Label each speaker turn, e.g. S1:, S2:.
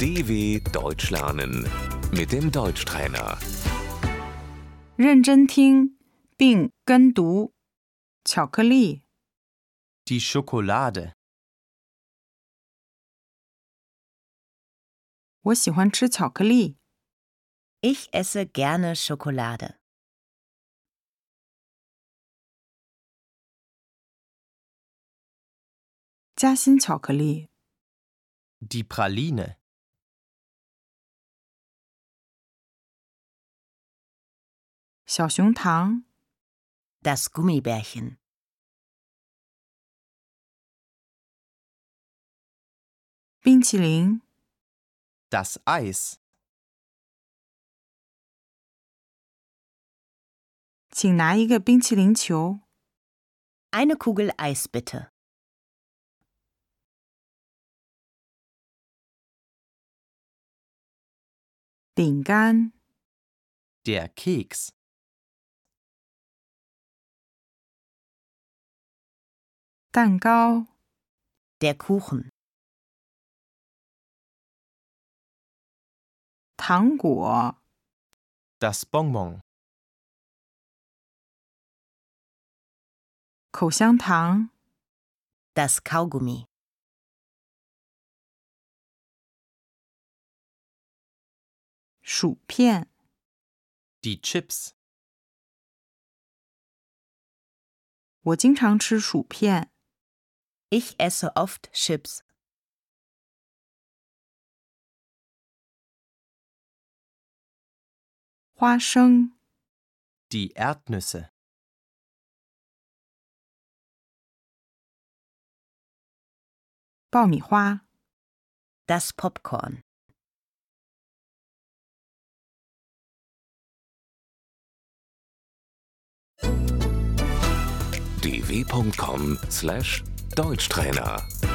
S1: DW Deutsch lernen mit dem Deutschtrainer.
S2: 认真听并跟读。巧克力、
S3: Die Schokolade.
S2: 我喜欢吃巧克力。
S4: Ich esse gerne Schokolade.
S2: 夹心巧克力、
S3: Die Praline.
S2: 小熊糖、
S4: Das Gummibärchen.
S2: 冰淇淋、
S3: Das Eis.
S2: 请拿一个冰淇淋球、
S4: Eine Kugel Eis bitte.
S2: 饼干、
S3: Der Keks.
S2: 蛋糕、
S4: Der Kuchen.
S2: 糖果、
S3: Das Bonbon.
S2: 口香糖、
S4: Das Kaugummi.
S2: 薯片、
S3: Die Chips.
S2: 我经常吃薯片、
S4: Ich esse oft Chips.
S2: 花生、
S3: Die Erdnüsse.
S2: 爆米花、
S4: Das Popcorn.
S1: dw.com/deutschtrainer